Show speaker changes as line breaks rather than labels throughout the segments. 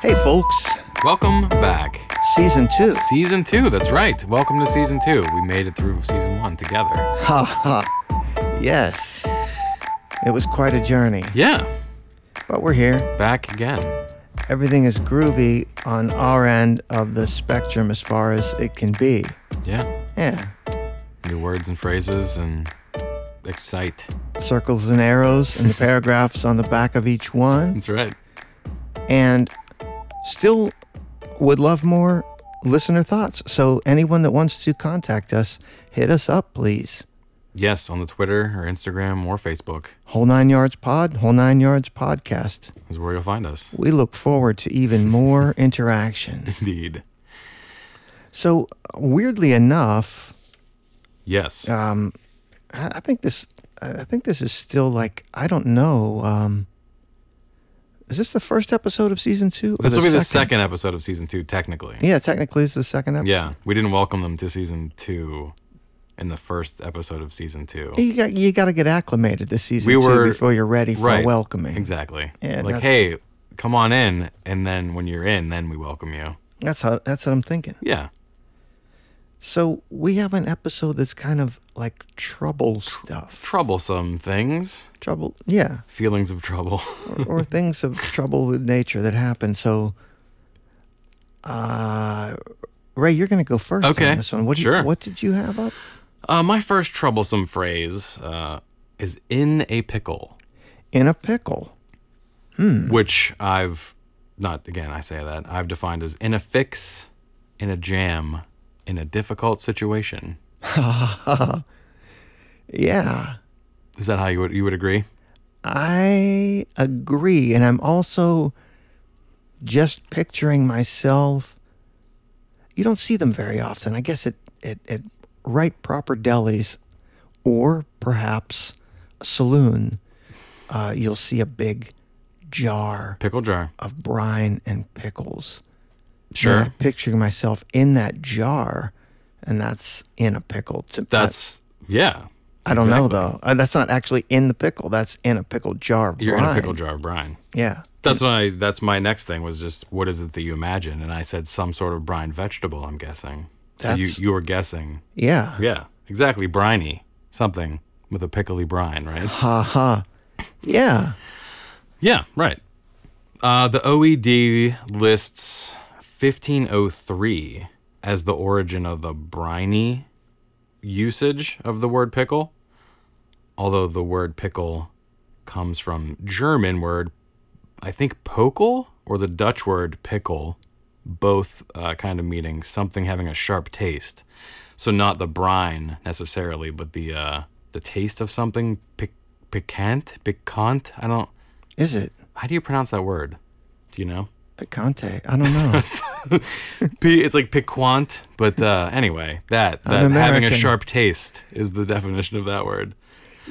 Hey, folks.
Welcome back.
Season two.
Season two, that's right. Welcome to season two. We made it through season one together.
Ha ha. Yes. It was quite a journey,
Yeah,
but we're here.
back again.
Everything is groovy on our end of the spectrum as far as it can be.
Yeah,
Yeah.
new words and phrases and excite.
Circles and arrows and the paragraphs on the back of each one.
That's right.
And still would love more listener thoughts. So, anyone that wants to contact us, hit us up, please.
Yes, on the Twitter or Instagram or Facebook
Whole Nine Yards Pod, Whole Nine Yards Podcast.
is where you'll find us.
We look forward to even more interaction.
Indeed.
So, weirdly enough,
Yes.
um, I I think this, I think this is still like I don't know. Um, is this the first episode of season two? or
this will be the second episode of season two, technically.
Yeah, technically it's the second episode.
Yeah, we didn't welcome them to season two in the first episode of season two.
you got you got to get acclimated this season
We
two
were-
before you're ready for
right,
welcoming.
Exactly.
Yeah,
like,
that's-
hey, come on in, and then when you're in, then we welcome you.
That's how that's what I'm thinking.
Yeah.
So we have an episode that's kind of like trouble stuff.
Troublesome things,
trouble, yeah.
feelings of trouble.
or things of trouble with nature that happen. So, uh, Ray, you're going to go first
Okay,
on this one. What, do
sure.
you, what did you have up?
uh, my first troublesome phrase uh, is in a pickle,
In a pickle.
which I've not, again, I say that, I've defined as in a fix, in a jam, in a difficult situation.
Yeah,
Is that how you would, you would agree?
I agree. And I'm also just picturing myself. You don't see them very often. I guess at, at, at right proper delis or perhaps a saloon, uh, you'll see a big jar
Pickle jar.
of brine and pickles.
Sure.
And I'm picturing myself in that jar, and that's in a pickle. To,
That's, yeah.
I, I don't know though. Uh, that's not actually in the pickle. That's in a pickle jar. Of
You're
brine.
in a pickle jar of brine.
Yeah.
That's why. That's my next thing was just what is it that you imagine? And I said some sort of brine vegetable. I'm guessing. So you
That's-
you were guessing.
Yeah.
Yeah, exactly. Briny something with a pickly brine, right?
Ha ha. Yeah.
yeah, right. Uh, the OED lists 1503 as the origin of the briny usage of the word pickle, although the word pickle comes from German word, I think pokel, or the Dutch word pickle, both uh, kind of meaning something having a sharp taste. So not the brine necessarily, but the uh, the taste of something pic- piquant, piquant. I don't.
Is it
How do you pronounce that word? Do you know?
picante? I don't know.
P, it's like piquant, but uh, anyway, that, that
I'm
having a
American.
sharp taste is the definition of that word.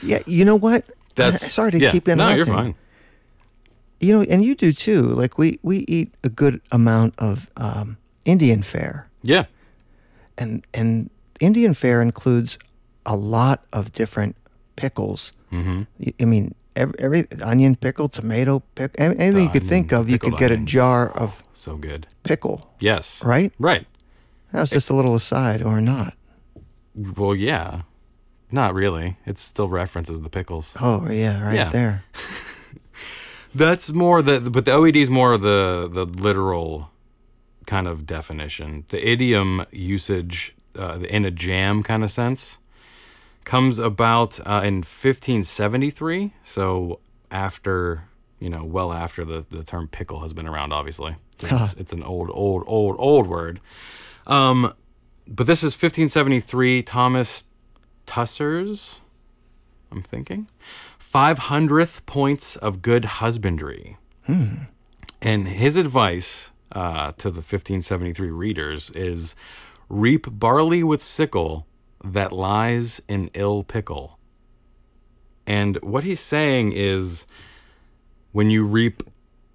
yeah. You know what?
That's
sorry to
yeah.
keep interrupting.
No, you're fine.
You know, and you do too. Like we we eat a good amount of um, Indian fare.
Yeah,
and and Indian fare includes a lot of different pickles. Mm-hmm. I mean, every, every onion pickle, tomato pickle, anything you could
onion,
think of, you could
pickled
get
onions.
a jar of
so good.
pickle,
Yes.
right?
Right.
That was just a little aside, or not?
Well, yeah. Not really. It still references the pickles.
Oh yeah, right
Yeah.
there.
That's more the but the OED is more the the literal kind of definition. The idiom usage uh, in a jam kind of sense comes about uh, in 1573. So after you know, well after the the term pickle has been around, obviously. It's, it's an old, old, old, old word. Um, but this is 1573. Thomas Tussers, I'm thinking. 500th points of good husbandry. Hmm. And his advice uh, to the 1573 readers is reap barley with sickle that lies in ill pickle. And what he's saying is when you reap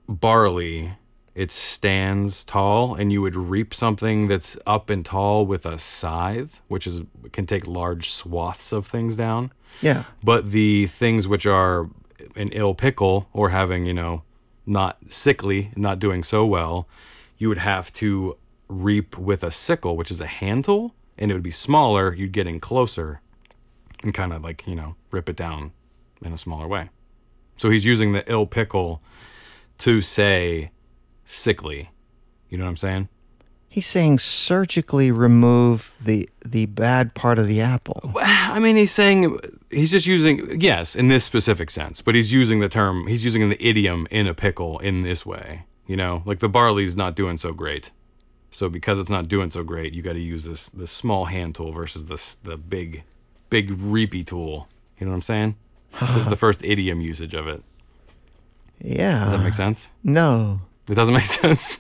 barley, it stands tall, and you would reap something that's up and tall with a scythe, which is can take large swaths of things down
Yeah,
but the things which are an ill pickle or having you know not sickly, not doing so well, you would have to reap with a sickle, which is a hand tool, and it would be smaller. You'd get in closer and kind of like, you know, rip it down in a smaller way. So he's using the ill pickle to say sickly. You know what I'm saying?
He's saying surgically remove the the bad part of the apple.
I mean, he's saying he's just using yes in this specific sense, but he's using the term he's using the idiom in a pickle in this way. You know, like the barley's not doing so great, so because it's not doing so great, you got to use this this small hand tool versus this the big big reapy tool. You know what I'm saying? this is the first idiom usage of it.
Yeah.
Does that make sense?
no.
It doesn't make sense.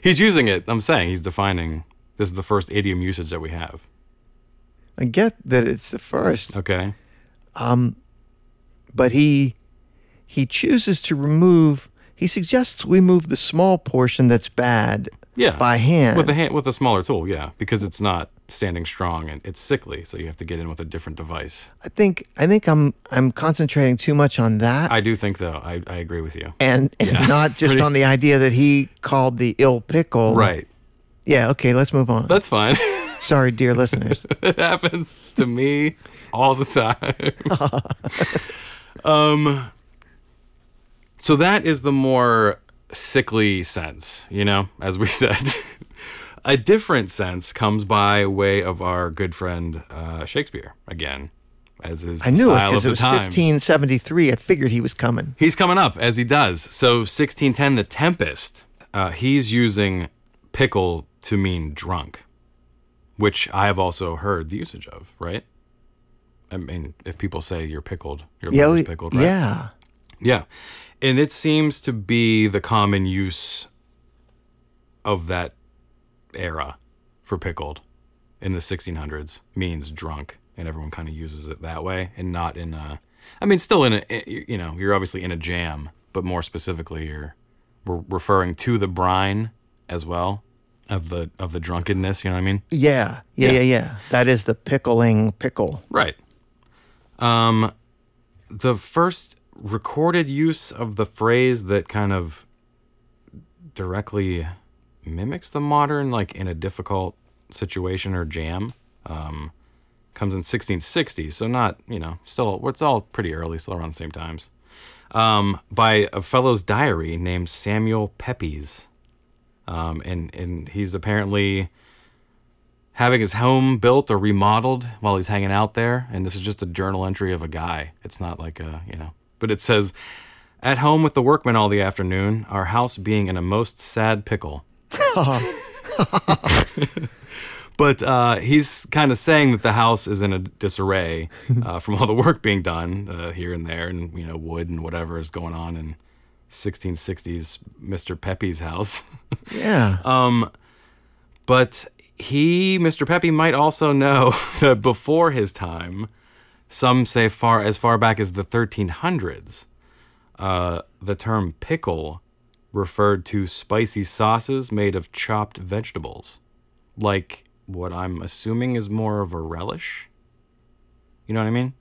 he's using it. I'm saying he's defining. This is the first idiom usage that we have.
I get that it's the first,
Okay.
but he he chooses to remove he suggests we move the small portion that's bad
Yeah.
by hand.
with a hand, with a smaller tool, yeah, because it's not standing strong and it's sickly, so you have to get in with a different device.
I think I think I'm I'm concentrating too much on that
I do think though, I, I agree with you.
and, and not just
Pretty-
on the idea that he called the ill pickle.
Right,
Yeah, okay, let's move on.
that's fine.
Sorry, dear listeners.
it happens to me all the time. um, so that is the more sickly sense, you know, as we said. a different sense comes by way of our good friend uh, Shakespeare again, as is the
I knew it
style
because
of
it
the
was
times.
1573. I figured he was coming.
He's coming up as he does. So 1610, The Tempest, uh, he's using pickle to mean drunk, which I have also heard the usage of, right? I mean, if people say you're pickled, your
Yeah,
liver's
we-
pickled, right?
yeah.
Yeah. And it seems to be the common use of that era for pickled in the 1600s means drunk and everyone kind of uses it that way and not in a I mean still in a eh, you know you're obviously in a jam but more specifically you're we're referring to the brine as well of the of the drunkenness, you know what I mean?
Yeah, yeah, yeah,
Yeah.
yeah. That is the pickling pickle.
Right. Um, the first recorded use of the phrase that kind of directly mimics the modern, like in a difficult situation or jam, um, comes in 1660. So not, you know, still it's all pretty early, still around the same times. Um, by a fellow's diary named Samuel Pepys. Um, and, and he's apparently having his home built or remodeled while he's hanging out there. And this is just a journal entry of a guy. It's not like a, you know, but it says, at home with the workmen all the afternoon, our house being in a most sad pickle. but uh, he's kind of saying that the house is in a disarray uh, from all the work being done uh, here and there, and you know wood and whatever is going on in 1660s Mr. Pepe's house. Uh,
Yeah.
But he, Mr. Peppy, might also know that before his time, some say far as far back as the 1300s, uh, the term pickle referred to spicy sauces made of chopped vegetables, like what I'm assuming is more of a relish. You know what I mean?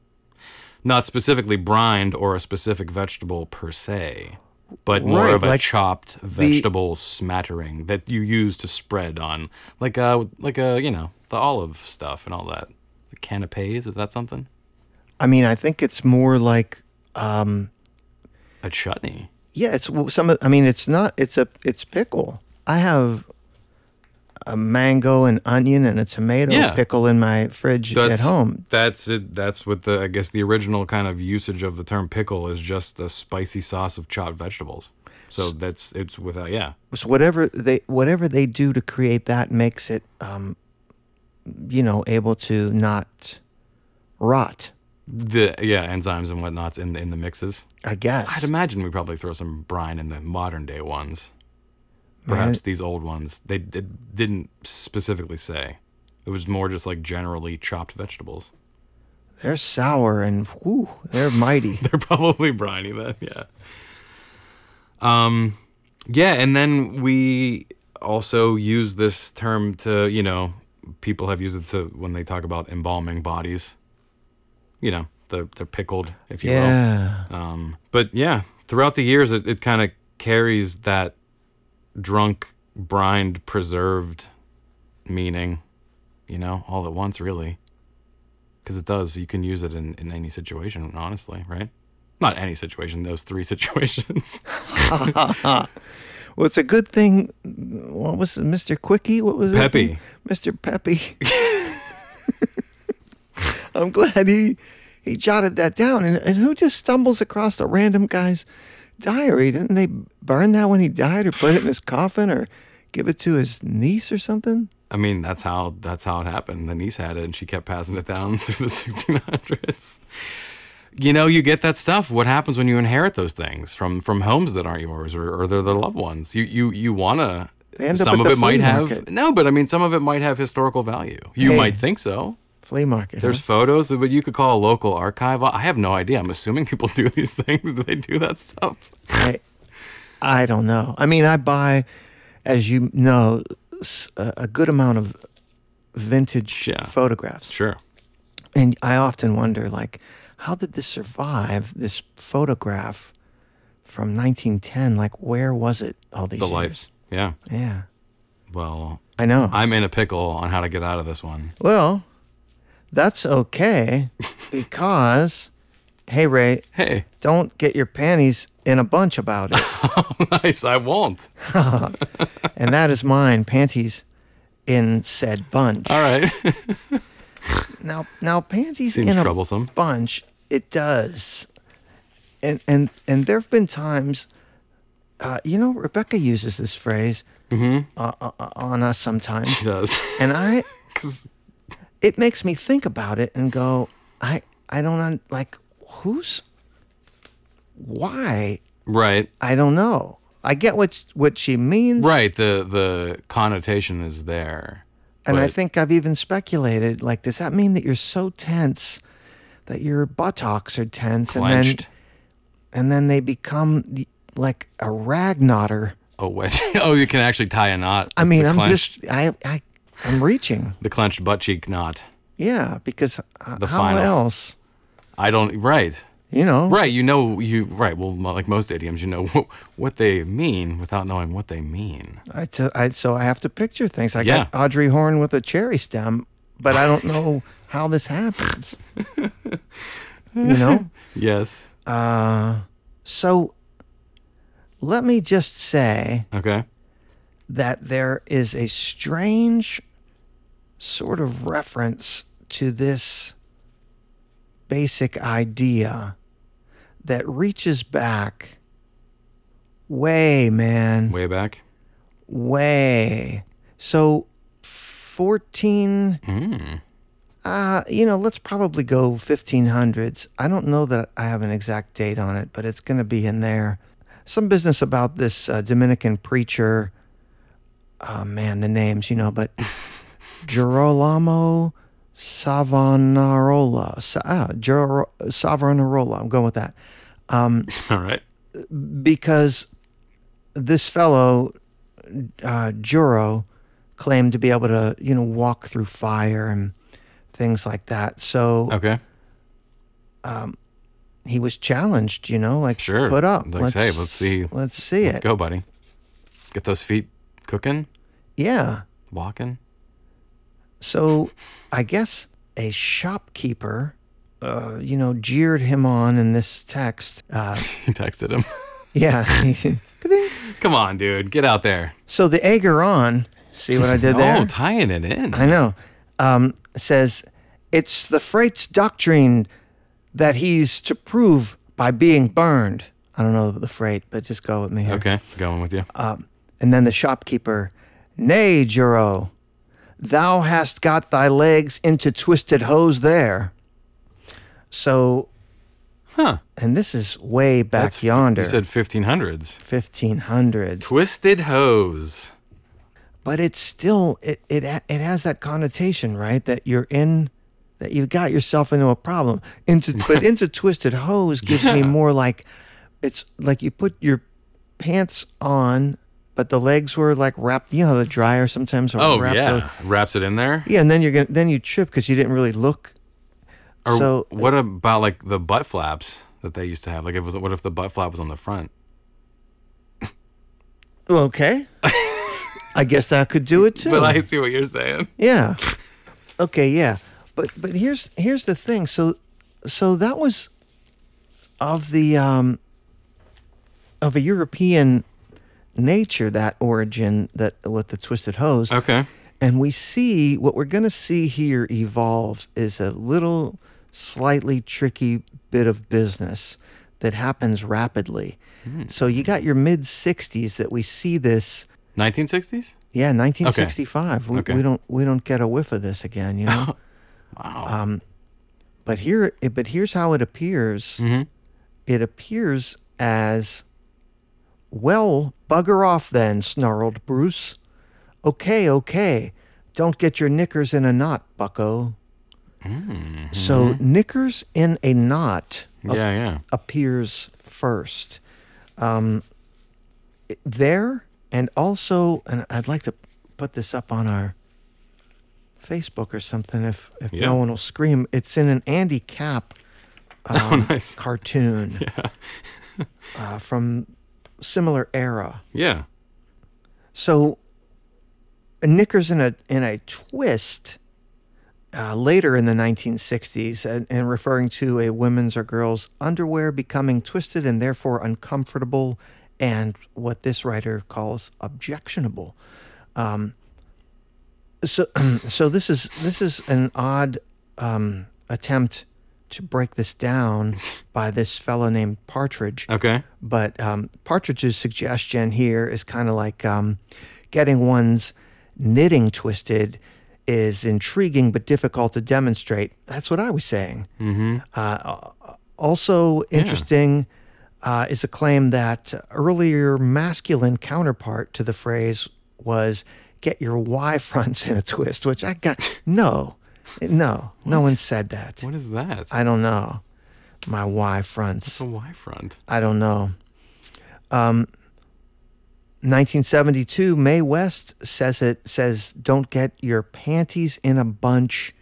Not specifically brined or a specific vegetable per se, but more
Right,
of a
like
chopped vegetable smattering that you use to spread on, like a like a you know the olive stuff and all that. The canapes is that something?
I mean, I think it's more like um,
A chutney.
yeah, it's well, some. of- I mean, it's not. It's a. It's pickle. I have a mango and onion and a tomato
Yeah.
pickle in my fridge at home.
That's it. That's what the I guess the original kind of usage of the term pickle is just a spicy sauce of chopped vegetables. So that's it's without yeah
So whatever they whatever they do to create that makes it, um, you know, able to not rot.
the yeah enzymes and whatnots in the, in the mixes.
I guess.
I'd imagine we probably throw some brine in the modern day ones. Perhaps these old ones they d- didn't specifically say. It was more just like generally chopped vegetables.
they're sour and whew, they're mighty.
They're probably briny then, yeah. Um, yeah, and then we also use this term to, you know, people have used it to when they talk about embalming bodies. You know, they're, they're pickled, if you will.
yeah.
Um, but yeah, throughout the years, it, it kind of carries that drunk, brined, preserved meaning, you know, all at once, really. Because it does. You can use it in, in any situation, honestly, right? Not any situation, those three situations.
Well, it's a good thing. What was it, Mr. Quickie? What was his
Peppy.
name? Mr. Peppy. I'm glad he he jotted that down. And, and who just stumbles across a random guy's diary? Didn't they burn that when he died, or put it in his coffin, or give it to his niece or something?
I mean, that's how that's how it happened. The niece had it, and she kept passing it down through the 1600s. You know, you get that stuff. What happens when you inherit those things from from homes that aren't yours or, or they're the loved ones? You you you wanna.
They end up
Some
at
of
the
it might
flea
have
market.
no, but I mean, some of it might have historical value. You
Hey.
might think so.
Flea market.
There's photos, but you could call a local archive. I have no idea. I'm assuming people do these things. Do they do that stuff?
I, I don't know. I mean, I buy, as you know, s- a, a good amount of vintage
Yeah.
photographs.
Sure.
And I often wonder, like, how did this survive? This photograph from 1910, like, where was it all these
The
years?
life. Yeah.
Yeah,
Well,
I know.
I'm in a pickle on how to get out of this one.
well, that's okay because, hey Ray,
Hey,
don't get your panties in a bunch about it.
nice. I won't.
and that is mine, panties in said bunch.
All right.
Now, now panties
Seems
in a
troublesome.
bunch. It does, and and and there have been times, uh, you know, Rebecca uses this phrase
Mm-hmm.
uh, uh, uh, on us sometimes,
She does.
and I,
'Cause-
it makes me think about it and go, I I don't un- like who's, why
right.
I don't know. I get what what she means,
Right. The the connotation is there.
and I
but-
think I've even speculated like, does that mean that you're so tense that your buttocks are tense, and then
Clenched.
and then they become the, like a rag knotter.
oh, wait. oh, you can actually tie a knot.
I mean,
the
I'm
clenched,
just I I I'm reaching.
the clenched butt cheek knot.
Yeah, because h-
The
how
final.
else?
I don't. Right.
You know,
Right. You know. You right. Well, mo- like most idioms, you know what they mean without knowing what they mean.
I t- I so I have to picture things. I
Yeah.
got Audrey Horn with a cherry stem, but I don't know how this happens. you know,
Yes.
so let me just say
Okay.
that there is a strange sort of reference to this basic idea that reaches back way, man,
Way back.
way. So 14, uh, you know, let's probably go 1500s. I don't know that I have an exact date on it, but it's going to be in there. Some business about this uh, Dominican preacher. Oh, man, the names, you know, but Girolamo Savonarola. Sa- ah, Giro- Savonarola. I'm going with that
All right.
because this fellow uh, Juro claimed to be able to you know walk through fire and things like that. So
Okay.
he was challenged, you know, like
Sure.
put up.
Like, hey, let's see.
Let's see
Let's
it.
go, buddy. Get those feet cooking,
Yeah.
walking.
So I guess a shopkeeper, uh, you know, jeered him on in this text. Uh,
He texted him.
yeah.
Come on, dude. Get out there.
so the egger on. See what I did there?
Oh, tying it in.
I know. Um, says it's the Freight's doctrine that he's to prove by being burned. I don't know the Freight, but just go with me here.
Okay, going with you.
And then the shopkeeper, Nay, Juro, thou hast got thy legs into twisted hose there. So,
huh.
and this is way back
f-
yonder,
You said 1500s.
1500s.
Twisted hose.
but it's still it it ha- it has that connotation, right? That you're in, that you've got yourself into a problem. Into but into twisted hose gives me more like, it's like you put your pants on, but the legs were like wrapped. You know, how the dryer sometimes will
Oh,
wrap
yeah.
the
Wraps it in there.
yeah, and then you're gonna then you trip because you didn't really look.
Or
so
what about like the butt flaps that they used to have? Like, if it was, what if the butt flap was on the front?
Okay. I guess that could do it too.
But I see what you're saying.
Yeah. Okay, yeah. But but here's here's the thing. So so that was of the um of a European nature that origin that with the twisted hose.
Okay.
And we see what we're going to see here evolve is a little slightly tricky bit of business that happens rapidly. So you got your mid 60s that we see this
1960s?
yeah, 1965. We,
Okay.
we don't we don't get a whiff of this again, you know. Um,
Wow.
but here, but here's how it appears.
Mm-hmm.
It appears as, well, bugger off then, snarled Bruce. Okay, okay, don't get your knickers in a knot, Bucko.
Mm-hmm.
So knickers in a knot
yeah, yeah.
appears first. Um, there and also, and I'd like to put this up on our Facebook or something if, if
Yeah.
no one will scream. It's in an Andy Cap
oh, nice.
cartoon uh, from similar era.
Yeah.
So, knickers in a in a twist uh, later in the 1960s, and, and referring to a women's or girls' underwear becoming twisted and therefore uncomfortable, and what this writer calls objectionable. Um, so, so this is this is an odd um, attempt to break this down by this fellow named Partridge.
Okay.
But um, Partridge's suggestion here is kind of like um, getting one's knitting twisted is intriguing but difficult to demonstrate. That's what I was saying. Uh, also interesting uh, is a claim that earlier masculine counterpart to the phrase was "get your Y fronts in a twist," which I got no, no, no one said that.
What is that?
I don't know my Y fronts.
It's a Y front.
I don't know. Um, 1972, Mae West says it says, "Don't get your panties in a bunch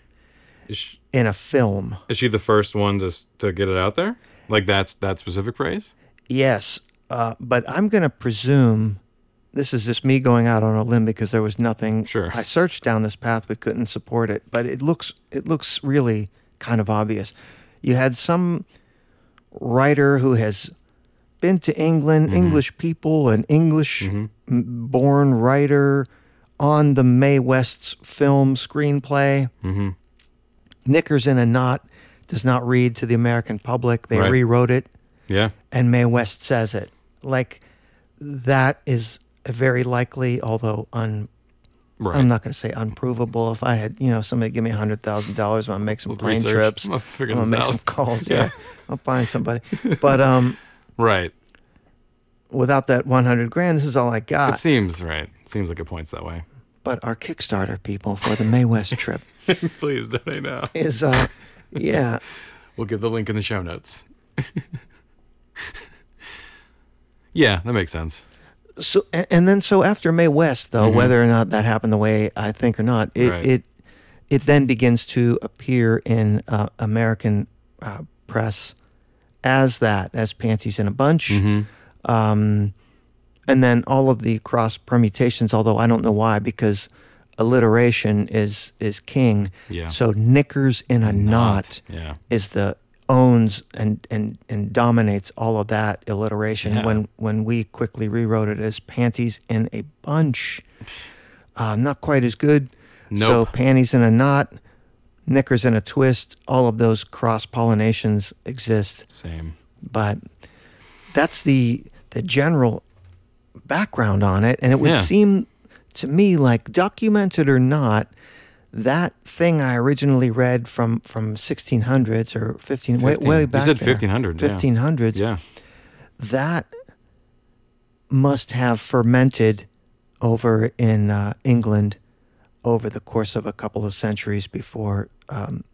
Is she,
in a film."
is she the first one to s- to get it out there? Like that's that specific phrase?
Yes, uh, but I'm going to presume this is just me going out on a limb because there was nothing.
Sure.
I searched down this path but couldn't support it. But it looks it looks really kind of obvious. You had some writer who has been to England,
Mm-hmm.
English people, an English m born writer on the Mae West's film screenplay.
Mm-hmm.
Knickers in a Knot does not read to the American public. They
Right.
rewrote it
Yeah.
and Mae West says it. Like that is a very likely, although un,
Right.
I'm not going to say unprovable. If I had, you know, somebody give me hundred thousand dollars, I'm gonna make some plane
Research.
trips.
I'm gonna figure
I'm
this
gonna make
out.
some calls. Yeah. I'll find somebody. But um,
right.
without that one hundred grand, this is all I
It
got.
seems right. Seems like it points that way.
but our Kickstarter people for the Mae West trip
Please donate now.
is, uh, yeah,
We'll give the link in the show notes. yeah, that makes sense.
so and, and then so after May West though, whether or not that happened the way I think or not, it
Right.
it, it then begins to appear in uh, American uh, press as that as panties in a bunch, um, and then all of the cross permutations. Although I don't know why, because alliteration is is king.
Yeah.
So knickers in a knot
Yeah.
is the owns and and and dominates all of that alliteration
Yeah.
when when we quickly rewrote it as panties in a bunch uh, not quite as good so
Nope.
panties in a knot knickers in a twist all of those cross pollinations exist
Same.
but that's the the general background on it and it would
Yeah.
seem to me like documented or not that thing I originally read from from 1600s or 15 way,
15.
way
You
back
said
there,
1500, yeah.
1500s
Yeah.
that must have fermented over in uh, England over the course of a couple of centuries before um,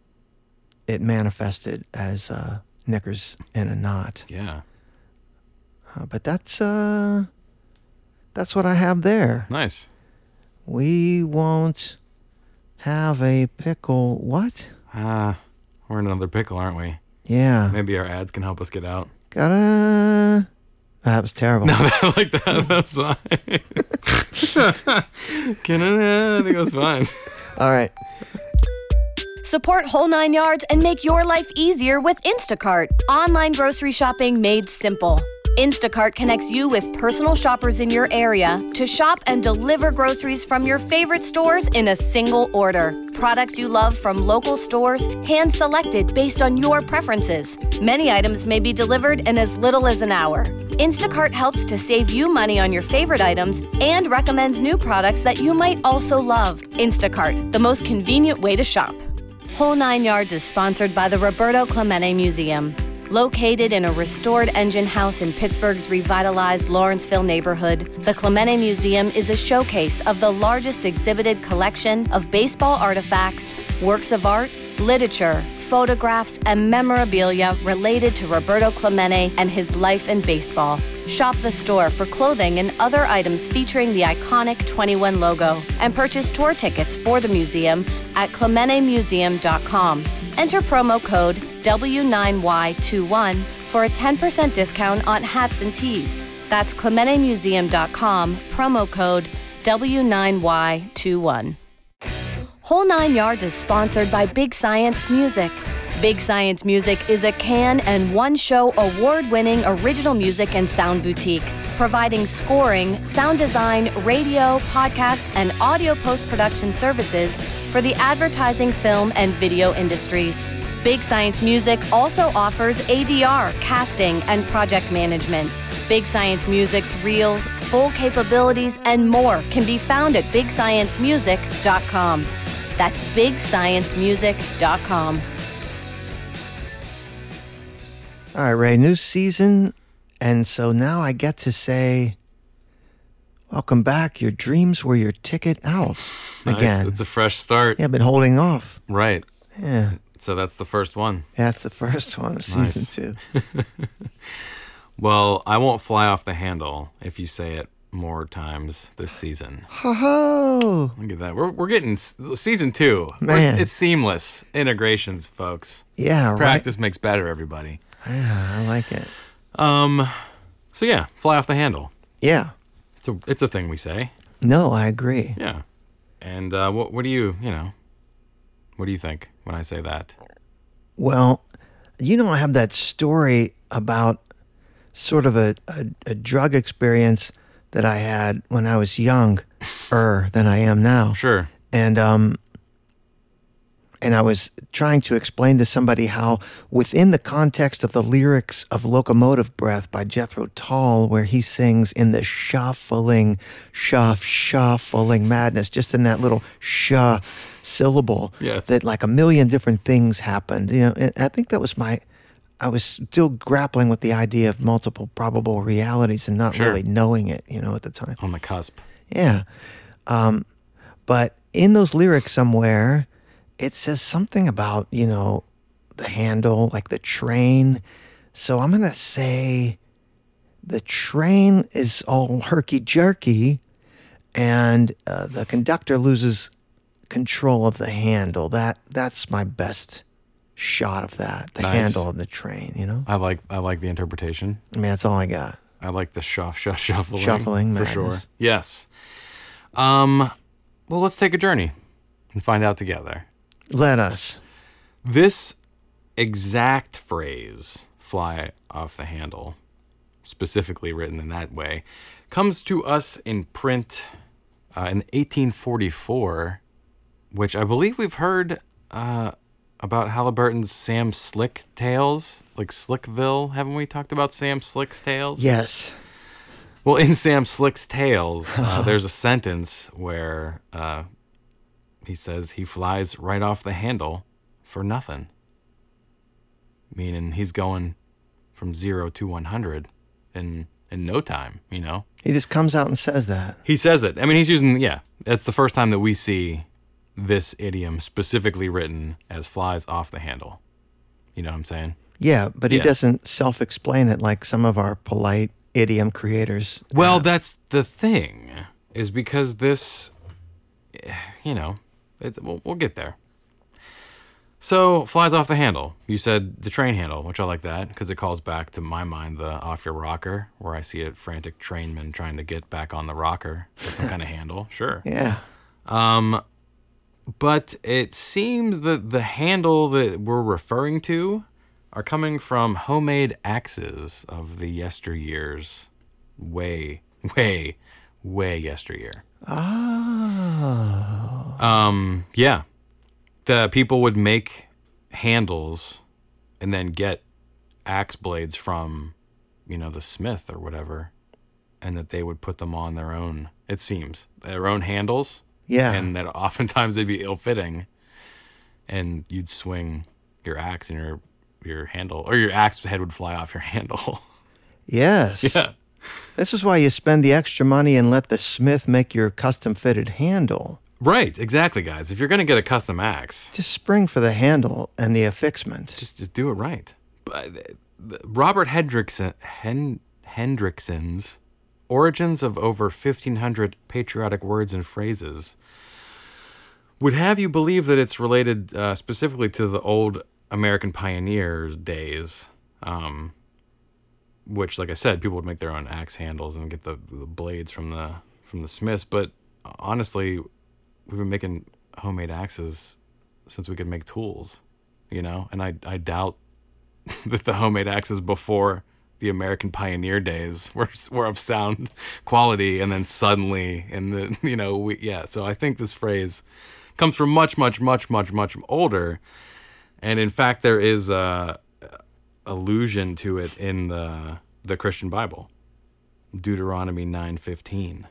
it manifested as uh, knickers in a knot
Yeah.
Uh, but that's uh, that's what I have there.
Nice.
We won't have a pickle. What?
Ah, we're in another pickle, aren't we?
Yeah,
Maybe our ads can help us get out.
gotta That was terrible.
I like that. That's fine. Can I? I think that's fine.
All right.
Support Whole Nine Yards and make your life easier with Instacart. Online grocery shopping made simple. Instacart connects you with personal shoppers in your area to shop and deliver groceries from your favorite stores in a single order. Products you love from local stores, hand selected based on your preferences. Many items may be delivered in as little as an hour. Instacart helps to save you money on your favorite items and recommends new products that you might also love. Instacart, the most convenient way to shop. Whole Nine Yards is sponsored by the Roberto Clemente Museum. Located in a restored engine house in Pittsburgh's revitalized Lawrenceville neighborhood, the Clemente Museum is a showcase of the largest exhibited collection of baseball artifacts, works of art, literature, photographs, and memorabilia related to Roberto Clemente and his life in baseball. Shop the store for clothing and other items featuring the iconic 21 logo and purchase tour tickets for the museum at clementemuseum.com. Enter promo code W9Y21 for a 10% discount on hats and tees. That's clementemuseum.com, promo code W9Y21. Whole Nine Yards is sponsored by Big Science Music. Big Science Music is a can and one show award winning original music and sound boutique, providing scoring, sound design, radio, podcast, and audio post production services for the advertising, film, and video industries. Big Science Music also offers ADR, casting, and project management. Big Science Music's reels, full capabilities, and more can be found at bigsciencemusic.com. That's bigsciencemusic.com.
All right, Ray, new season. And so now I get to say, welcome back. Your dreams were your ticket out
Nice.
again.
It's a fresh start.
yeah, I've been holding off.
Right.
Yeah.
So that's the first one.
That's the first one of season two.
Well, I won't fly off the handle if you say it more times this season.
Ho ho!
Look at that. We're, we're getting s- season two. We're-
Man.
It's seamless integrations, folks.
Yeah,
Practice makes better, everybody.
right. I like it.
Um, so yeah, fly off the handle.
Yeah.
It's a it's a thing we say.
No, I agree.
Yeah. And uh, what what do you you know? What do you think when I say that?
Well, you know, I have that story about sort of a, a, a drug experience that I had when I was young, er, than I am now.
Sure.
and um and I was trying to explain to somebody how, within the context of the lyrics of Locomotive Breath by Jethro Tull, where he sings in the shuffling, shuff, shuffling madness, just in that little sha syllable,
Yes.
that like a million different things happened. You know, and I think that was my, I was still grappling with the idea of multiple probable realities and not
Sure.
really knowing it, you know, at the time.
On the cusp.
Yeah. Um, but in those lyrics somewhere, it says something about, you know, the handle, like the train. So I'm going to say the train is all herky jerky and uh, the conductor loses control of the handle. That That's my best shot of that the
Nice.
handle of the train, you know?
I like I like the interpretation.
I mean, that's all I got.
I like the shuff, shuff, shuffling.
Shuffling
for
madness.
sure. Yes. Um, well, let's take a journey and find out together.
Let us.
This exact phrase, fly off the handle, specifically written in that way, comes to us in print uh, in 1844, which I believe we've heard uh, about Halliburton's Sam Slick tales, like Slickville. Haven't we talked about Sam Slick's tales?
Yes.
Well, in Sam Slick's tales, uh, there's a sentence where uh, he says he flies right off the handle for nothing, meaning he's going from zero to 100 in in no time. You know,
He just comes out and says that.
he says it. I mean, he's using yeah. That's the first time that we see this idiom specifically written as flies off the handle. You know what I'm saying?
Yeah, but he
Yeah.
doesn't self explain it like some of our polite idiom creators.
Well, that's the thing, is eh, because this, you know, it, we'll, we'll get there. So flies off the handle. You said the train handle, which I like that because it calls back to my mind the off your rocker, where I see a frantic trainman trying to get back on the rocker with some kind of handle. Sure.
Yeah.
But it seems that the handle that we're referring to are coming from homemade axes of the yesteryears, way, way, way yesteryear.
Oh.
Um, yeah. The people would make handles and then get axe blades from, you know, the smith or whatever, and that they would put them on their own, it seems, their own handles,
Yeah.
and that oftentimes they'd be ill fitting. And you'd swing your axe and your your handle or your axe head would fly off your handle.
yes.
Yeah.
This is why you spend the extra money and let the smith make your custom fitted handle.
right, exactly, guys. If you're gonna get a custom axe,
Just spring for the handle and the affixment.
just just do it right. But th- th- Robert Hendrickson, Hen, Hendrickson's Origins of Over 1,500 Patriotic Words and Phrases would have you believe that it's related uh, specifically to the old American pioneer days, um, which, like I said, people would make their own axe handles and get the, the blades from the from the smiths. But honestly, we've been making homemade axes since we could make tools, you know. And I I doubt that the homemade axes before the American pioneer days were were of sound quality, and then suddenly, and the you know we yeah. So I think this phrase comes from much much much much much older, and in fact there is a allusion to it in the the Christian Bible, Deuteronomy nine fifteen.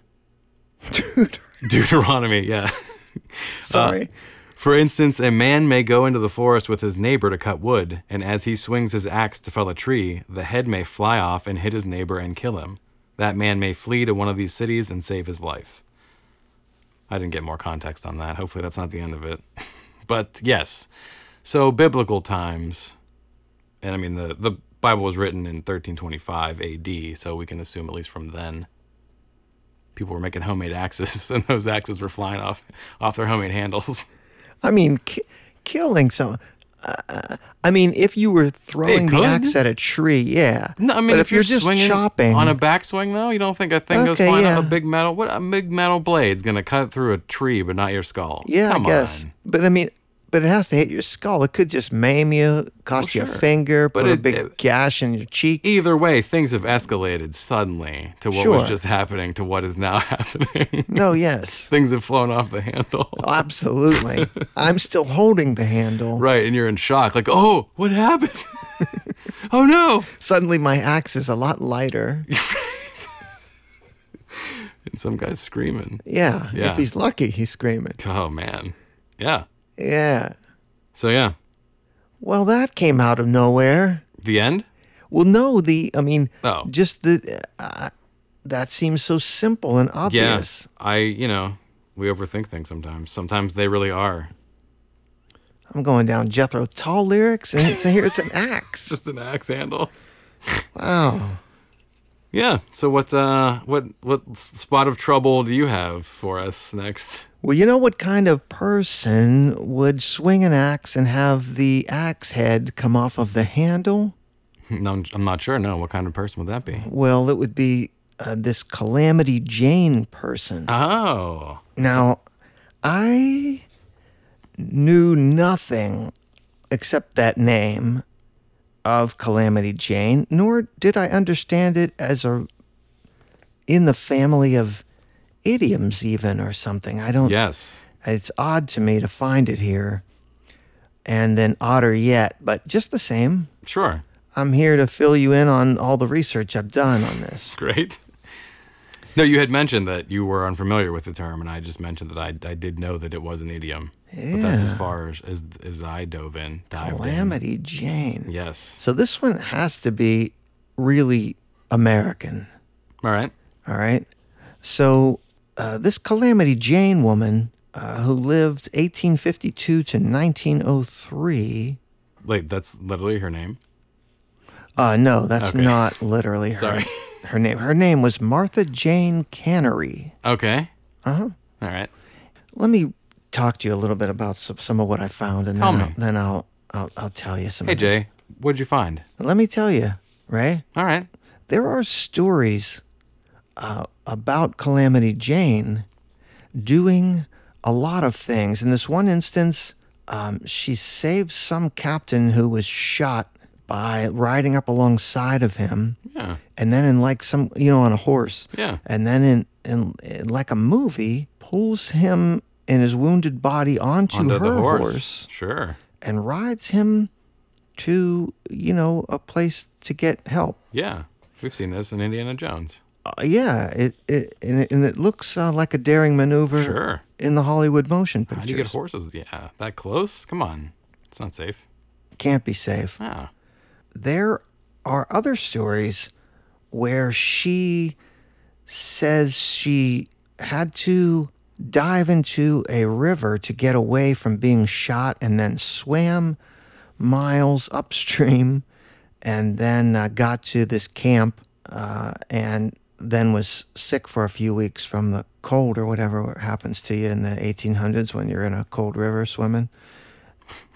Dude,
Deuteronomy, yeah. Uh.
sorry.
For instance, a man may go into the forest with his neighbor to cut wood, and as he swings his axe to fell a tree, the head may fly off and hit his neighbor and kill him. That man may flee to one of these cities and save his life. I didn't get more context on that. Hopefully, that's not the end of it. but yes, so biblical times, and I mean, the, the Bible was written in 1325 AD, so we can assume at least from then. People were making homemade axes, and those axes were flying off off their homemade handles.
I mean, ki- killing someone. Uh, I mean, if you were throwing the
could.
axe at a tree, yeah.
No, I mean
but
if, you're,
just
swinging
chopping,
on a backswing though, you don't think a thing goes
Okay,
flying
yeah.
off a big metal? What a big metal blade's gonna cut through a tree, but not your skull?
yeah,
Come
I guess.
on.
But I mean, but it has to hit your skull. It could just maim you, cost you a finger, put a
it-
big
it-
gash in your cheek.
Either way, things have escalated suddenly to what
Sure.
was just happening to what is now happening.
no, yes,
things have flown off the handle.
absolutely. I'm still holding the handle.
Right, and you're in shock, like, oh, what happened? oh no!
Suddenly, my axe is a lot lighter.
And some guy's screaming.
Yeah,
Yeah.
if he's lucky, he's screaming.
Oh man, yeah.
Yeah.
So yeah,
Well, that came out of nowhere.
the end.
Well, no, the I mean,
Oh.
just the uh, that seems so simple and obvious.
Yes, I you know we overthink things sometimes. Sometimes they really are
I'm going down Jethro Tull lyrics, and it's, here it's an axe. Oh.
just an axe handle.
Wow.
Yeah. So what uh what what s- spot of trouble do you have for us next?
Well, you know what kind of person would swing an axe and have the axe head come off of the handle?
No, I'm- I'm not sure. No, what kind of person would that be?
Well, it would be uh, this Calamity Jane person.
Oh,
Now, I knew nothing except that name of Calamity Jane, nor did I understand it as a in the family of idioms even or something. I don't
yes.
it's odd to me to find it here. And then odder yet, but just the same,
Sure.
I'm here to fill you in on all the research I've done on this.
Great. No, you had mentioned that you were unfamiliar with the term, and I just mentioned that I, I did know that it was an idiom. But that's as far as, as as I dove in. Dived in.
Calamity Jane.
Yes.
So this one has to be really American,
All right.
all right? So uh, this Calamity Jane woman uh, who lived 1852 to 1903.
Like that's literally her name.
Uh, no, that's
Okay.
not literally her,
Sorry.
her name. Her name was Martha Jane Cannery.
Okay. Uh huh. All right.
Let me talk to you a little bit about some, some of what I found, and
Tell
then
me.
I'll, then I'll, I'll I'll tell you some.
Hey
of this.
Jay, what'd you find?
let me tell you, Ray.
All right.
There are stories uh, about Calamity Jane doing a lot of things. In this one instance, um, she saved some captain who was shot by riding up alongside of him.
Yeah.
and then in like some you know on a horse
Yeah.
and then in, in, in like a movie pulls him and his wounded body onto,
Onto
her
the horse.
horse
Sure.
and rides him to you know a place to get help
Yeah. We've seen this in Indiana Jones.
uh, yeah it, it and it, and it looks uh, like a daring maneuver
Sure.
in the hollywood motion pictures
How do you get horses? Yeah, that close? Come on, it's not safe.
can't be safe
Ah,
there are other stories where she says she had to dive into a river to get away from being shot and then swam miles upstream and then uh, got to this camp uh, and then was sick for a few weeks from the cold or whatever happens to you in the 1800s when you're in a cold river swimming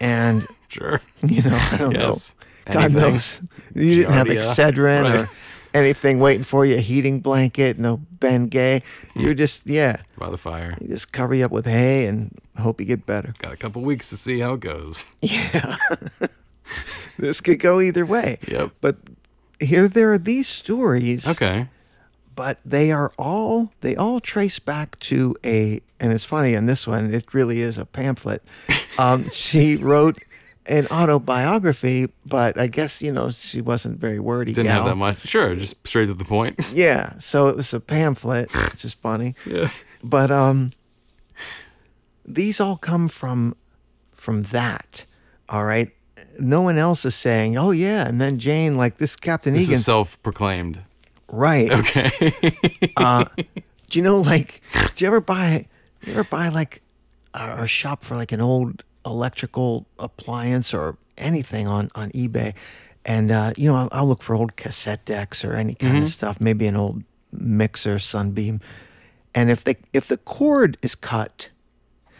and
sure.
you know, I don't
Yes.
know. God
Anything.
knows. You didn't have
Giardia.
Excedrin
Right.
or anything waiting for you, a heating blanket, no Ben Gay.
Hmm.
You're just, yeah,
By the fire.
you just cover you up with hay and hope you get better.
Got a couple weeks to see how it goes.
This could go either way.
Yep.
But here there are these stories,
Okay.
but they are all, they all trace back to a, and it's funny in this one, it really is a pamphlet. Um, she wrote an autobiography, but I guess, you know, she wasn't very wordy.
Didn't have
gal.
that much. Sure, just straight to the point.
Yeah, so it was a pamphlet, which is funny.
yeah.
But um, these all come from from that. All right, no one else is saying, "Oh yeah," and then Jane, like this Captain
This
Egan,
is self-proclaimed.
right? Uh,
Okay.
Do you know, like, do you ever buy, you ever buy like, uh, or shop for like an old electrical appliance or anything on on eBay, and uh, you know, I'll, I'll look for old cassette decks or any
Mm-hmm.
kind of stuff, maybe an old mixer, Sunbeam, and if they if the cord is cut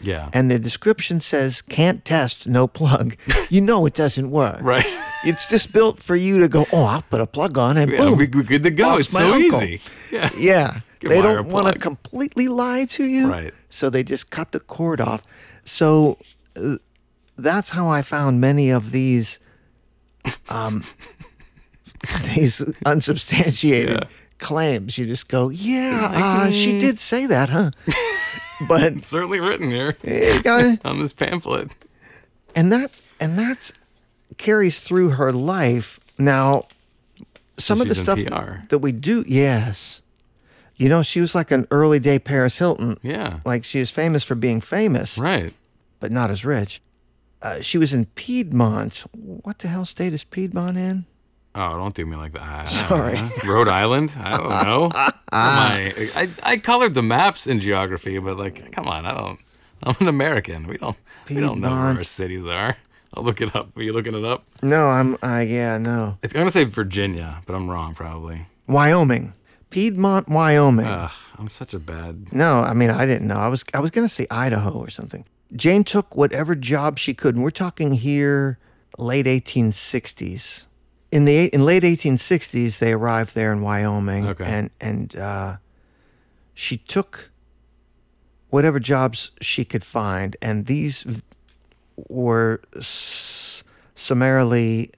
yeah.
and the description says can't test, no plug, you know it doesn't work.
right.
It's just built for you to go. Oh, I'll put a plug on and
Yeah,
boom,
we, we're good to go.
Watch
it's
my
so
uncle.
easy. Yeah.
yeah.
Give
They
wire
don't
a
want to
plug.
completely lie to you.
Right.
So they just cut the cord off. So uh, that's how I found many of these um these unsubstantiated
Yeah. "Mm."
claims. You just go, "Yeah, uh, she did say that, huh?" but
It's certainly written here
eh, guy-
on this pamphlet.
and that and that's carries through her life. Now, some of the
she's in
stuff
PR.
that we do, yes, you know, she was like an early day Paris Hilton.
Yeah.
Like she is famous for being famous,
Right.
but not as rich. Uh, she was in Piedmont. What the hell state is Piedmont in?
Oh, don't do me like that. I- I
Sorry.
don't know. Rhode Island? I don't know. My, I, I colored the maps in geography, but like, come on, I don't. I'm an American. We don't. We don't know where our
Piedmont.
cities are. I'll look it up. Are you looking it up?
No, I'm. Uh, yeah, no,
It's gonna say Virginia, but I'm wrong probably.
Wyoming. Piedmont, Wyoming.
Ugh, I'm such a bad.
No, I mean I didn't know. I was I was gonna say Idaho or something. Jane took whatever job she could, and we're talking here late 1860s. In the eight- in late 1860s, they arrived there in Wyoming,
Okay.
and and uh, she took whatever jobs she could find, and these v- were s- summarily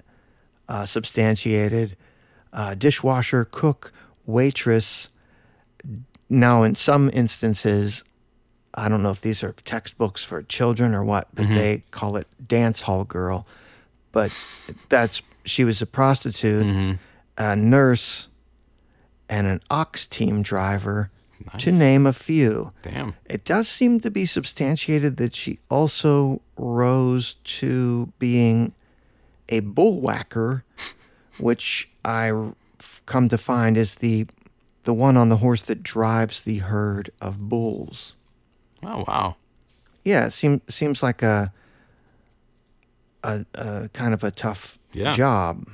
uh, substantiated. Uh, dishwasher, cook, waitress. Now, in some instances, I don't know if these are textbooks for children or what, but they call it dance hall girl. But that's she was a prostitute, a nurse, and an ox team driver, to name a few.
Damn.
It does seem to be substantiated that she also rose to being a bullwhacker, which I r- f- come to find is the the one on the horse that drives the herd of bulls.
Oh wow.
Yeah, it seem, seems like a, a a kind of a tough
Yeah.
job.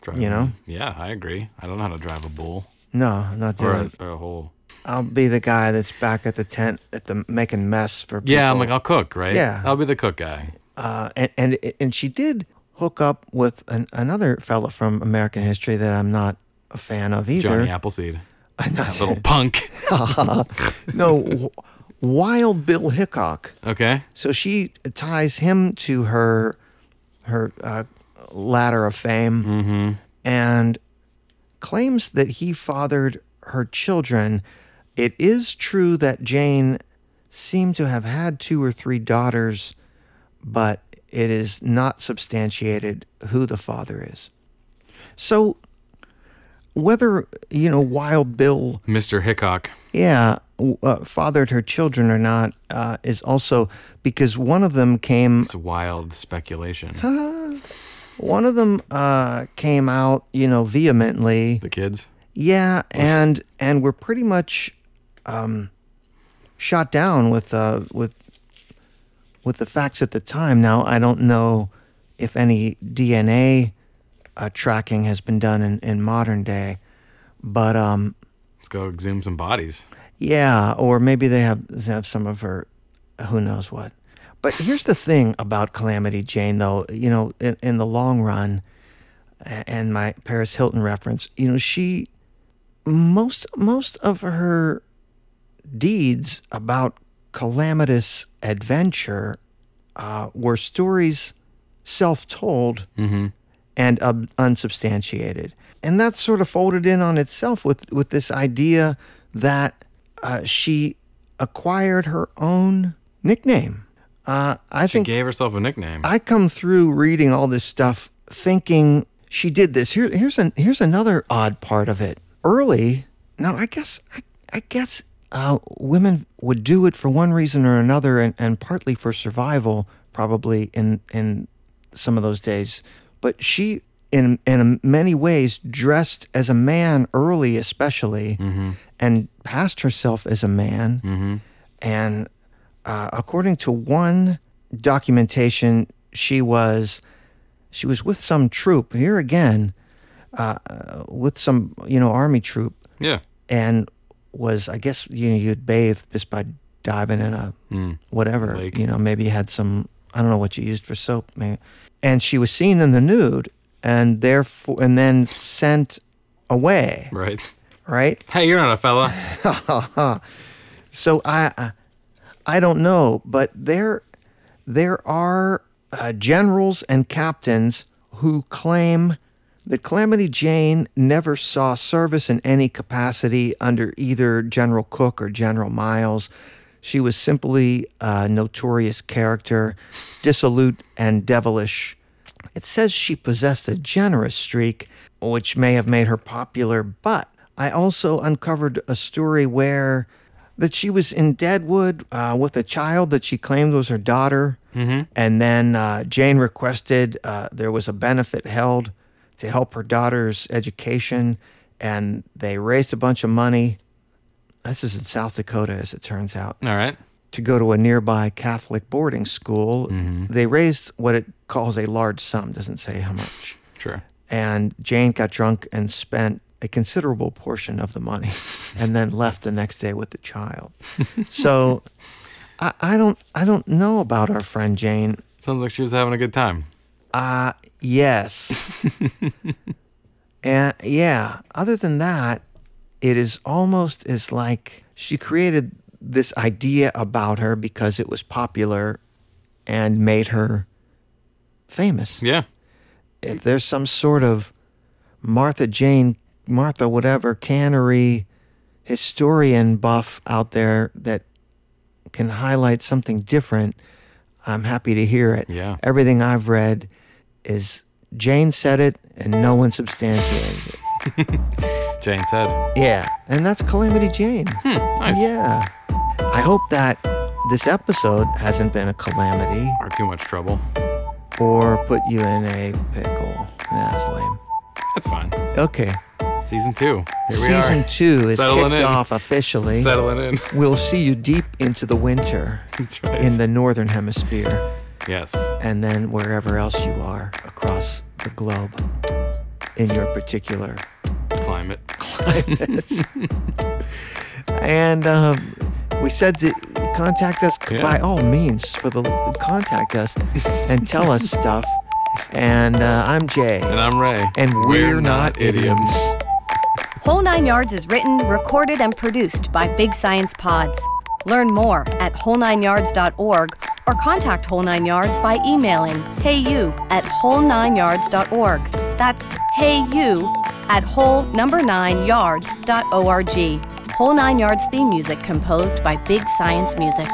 Driving.
know?
Yeah, I agree. I don't know how to drive a bull
No, not
or
that.
a, or a whole
I'll be the guy that's back at the tent at the making mess for people.
Yeah, I'm like, I'll cook, right?
Yeah.
I'll be the cook guy.
uh, and and and she did hook up with an, another fella from American history that I'm not a fan of either.
Johnny Appleseed. That little punk.
No, w- Wild Bill Hickok.
Okay.
So she ties him to her her uh, ladder of fame and claims that he fathered her children. It is true that Jane seemed to have had two or three daughters, but it is not substantiated who the father is. So whether you know Wild Bill
Mr. Hickok.
yeah, w- uh, fathered her children or not uh, is also because one of them came.
It's wild speculation.
One of them uh, came out, you know, vehemently.
The kids.
Yeah, and and were pretty much um, shot down with uh, with with the facts at the time. Now I don't know if any DNA uh, tracking has been done in, in modern day, but um,
Let's go exhume some bodies.
Yeah, or maybe they have have some of her, who knows what. But here's the thing about Calamity Jane, though. You know, in, in the long run, a- and my Paris Hilton reference, you know, she most most of her deeds about calamitous adventure uh, were stories self-told and um, unsubstantiated. And that's sort of folded in on itself with, with this idea that uh, she acquired her own nickname. Uh, I
She
think
gave herself a nickname.
I come through reading all this stuff thinking she did this. Here, here's an, here's another odd part of it. Early, now I guess I, I guess uh, women would do it for one reason or another, and, and partly for survival, probably in in some of those days. But she, in in many ways, dressed as a man early, especially, and passed herself as a man. And uh, according to one documentation, she was she was with some troop here again, uh, with some you know army troop,
yeah.
and was I guess you know, you'd bathe just by diving in a whatever
Lake.
you know maybe had some I don't know what you used for soap maybe, and she was seen in the nude and therefore and then sent away
Right.
right
Hey, you're not a fella.
So I, I- I don't know, but there, there are uh, generals and captains who claim that Calamity Jane never saw service in any capacity under either General Cook or General Miles. She was simply a notorious character, dissolute and devilish. It says she possessed a generous streak, which may have made her popular, but I also uncovered a story where that she was in Deadwood uh, with a child that she claimed was her daughter. And then uh, Jane requested uh, there was a benefit held to help her daughter's education, and they raised a bunch of money. This is in South Dakota, as it turns out
All right.
to go to a nearby Catholic boarding school. They raised what it calls a large sum, doesn't say how much.
Sure.
And Jane got drunk and spent a considerable portion of the money and then left the next day with the child. so I, I don't I don't know about our friend Jane.
Sounds like she was having a good time.
Uh yes. and yeah, other than that, it is almost as like she created this idea about her because it was popular and made her famous.
Yeah.
If there's some sort of Martha Jane, Martha whatever cannery historian buff out there that can highlight something different, I'm happy to hear it.
Yeah.
Everything I've read is Jane said it and no one substantiated it.
Jane said.
Yeah. And that's Calamity Jane.
Hmm. Nice.
Yeah. I hope that this episode hasn't been a calamity
Or too much trouble.
or put you in a pickle. That's lame.
That's fine.
Okay.
Season two. Here we
Season
are.
two is
Settling
kicked
in.
off officially.
Settling in.
We'll see you deep into the winter
That's right.
in the northern hemisphere
yes.
and then wherever else you are across the globe in your particular
Climate. climate.
and uh, we said to contact us
Yeah.
by all means for the contact us and tell us stuff. And uh, I'm Jay,
And I'm Ray.
and we're, not, idioms.
Whole Nine Yards is written, recorded, and produced by Big Science Pods. Learn more at whole9yards.org or contact Whole Nine Yards by emailing heyu at whole9yards.org. That's heyu at whole number nine yards dot org. Whole Nine Yards theme music composed by Big Science Music.